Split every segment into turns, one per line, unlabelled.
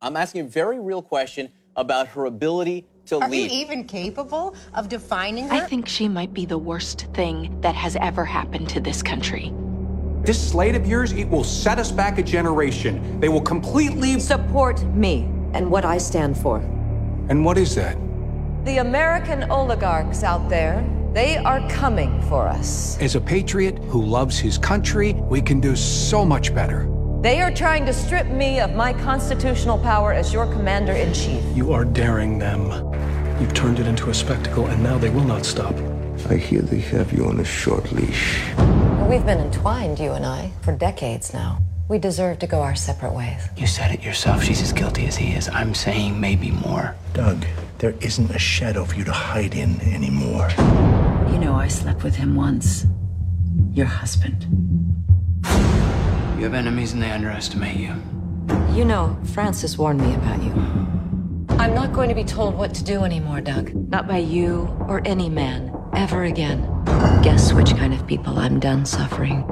I'm asking a very real question about her ability to
Are
lead.
you even capable of defining her?
I think she might be the worst thing that has ever happened to this country.
This slate of yours, it will set us back a generation. They will completely.
Support me and what I stand for.
And what is that?
The American oligarchs out there, they are coming for us.
As a patriot who loves his country, we can do so much better.
They are trying to strip me of my constitutional power as your commander in chief.
You are daring them. You've turned it into a spectacle, and now they will not stop.
I hear they have you on a short leash.
We've been entwined, you and I, for decades now. We deserve to go our separate ways.
You said it yourself. She's as guilty as he is. I'm saying maybe more.
Doug, there isn't a shadow for you to hide in anymore.
You know, I slept with him once. Your husband.
You have enemies and they underestimate you.
You know, Francis warned me about you. I'm not going to be told what to do anymore, Doug. Not by you or any man, ever again. Guess which kind of people I'm done suffering.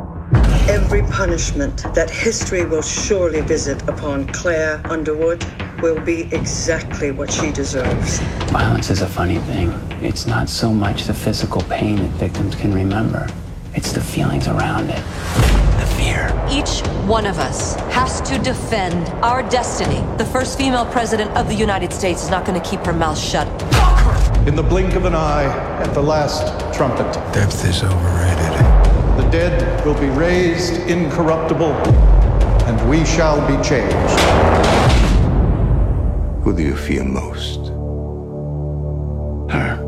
Every punishment that history will surely visit upon Claire Underwood will be exactly what she deserves.
Violence is a funny thing. It's not so much the physical pain that victims can remember, it's the feelings around it. The fear.
Each one of us has to defend our destiny. The first female president of the United States is not going to keep her mouth shut.
In the blink of an eye, at the last trumpet,
Depth is overrated.
the dead will be raised incorruptible, and we shall be changed.
Who do you fear most?
Her.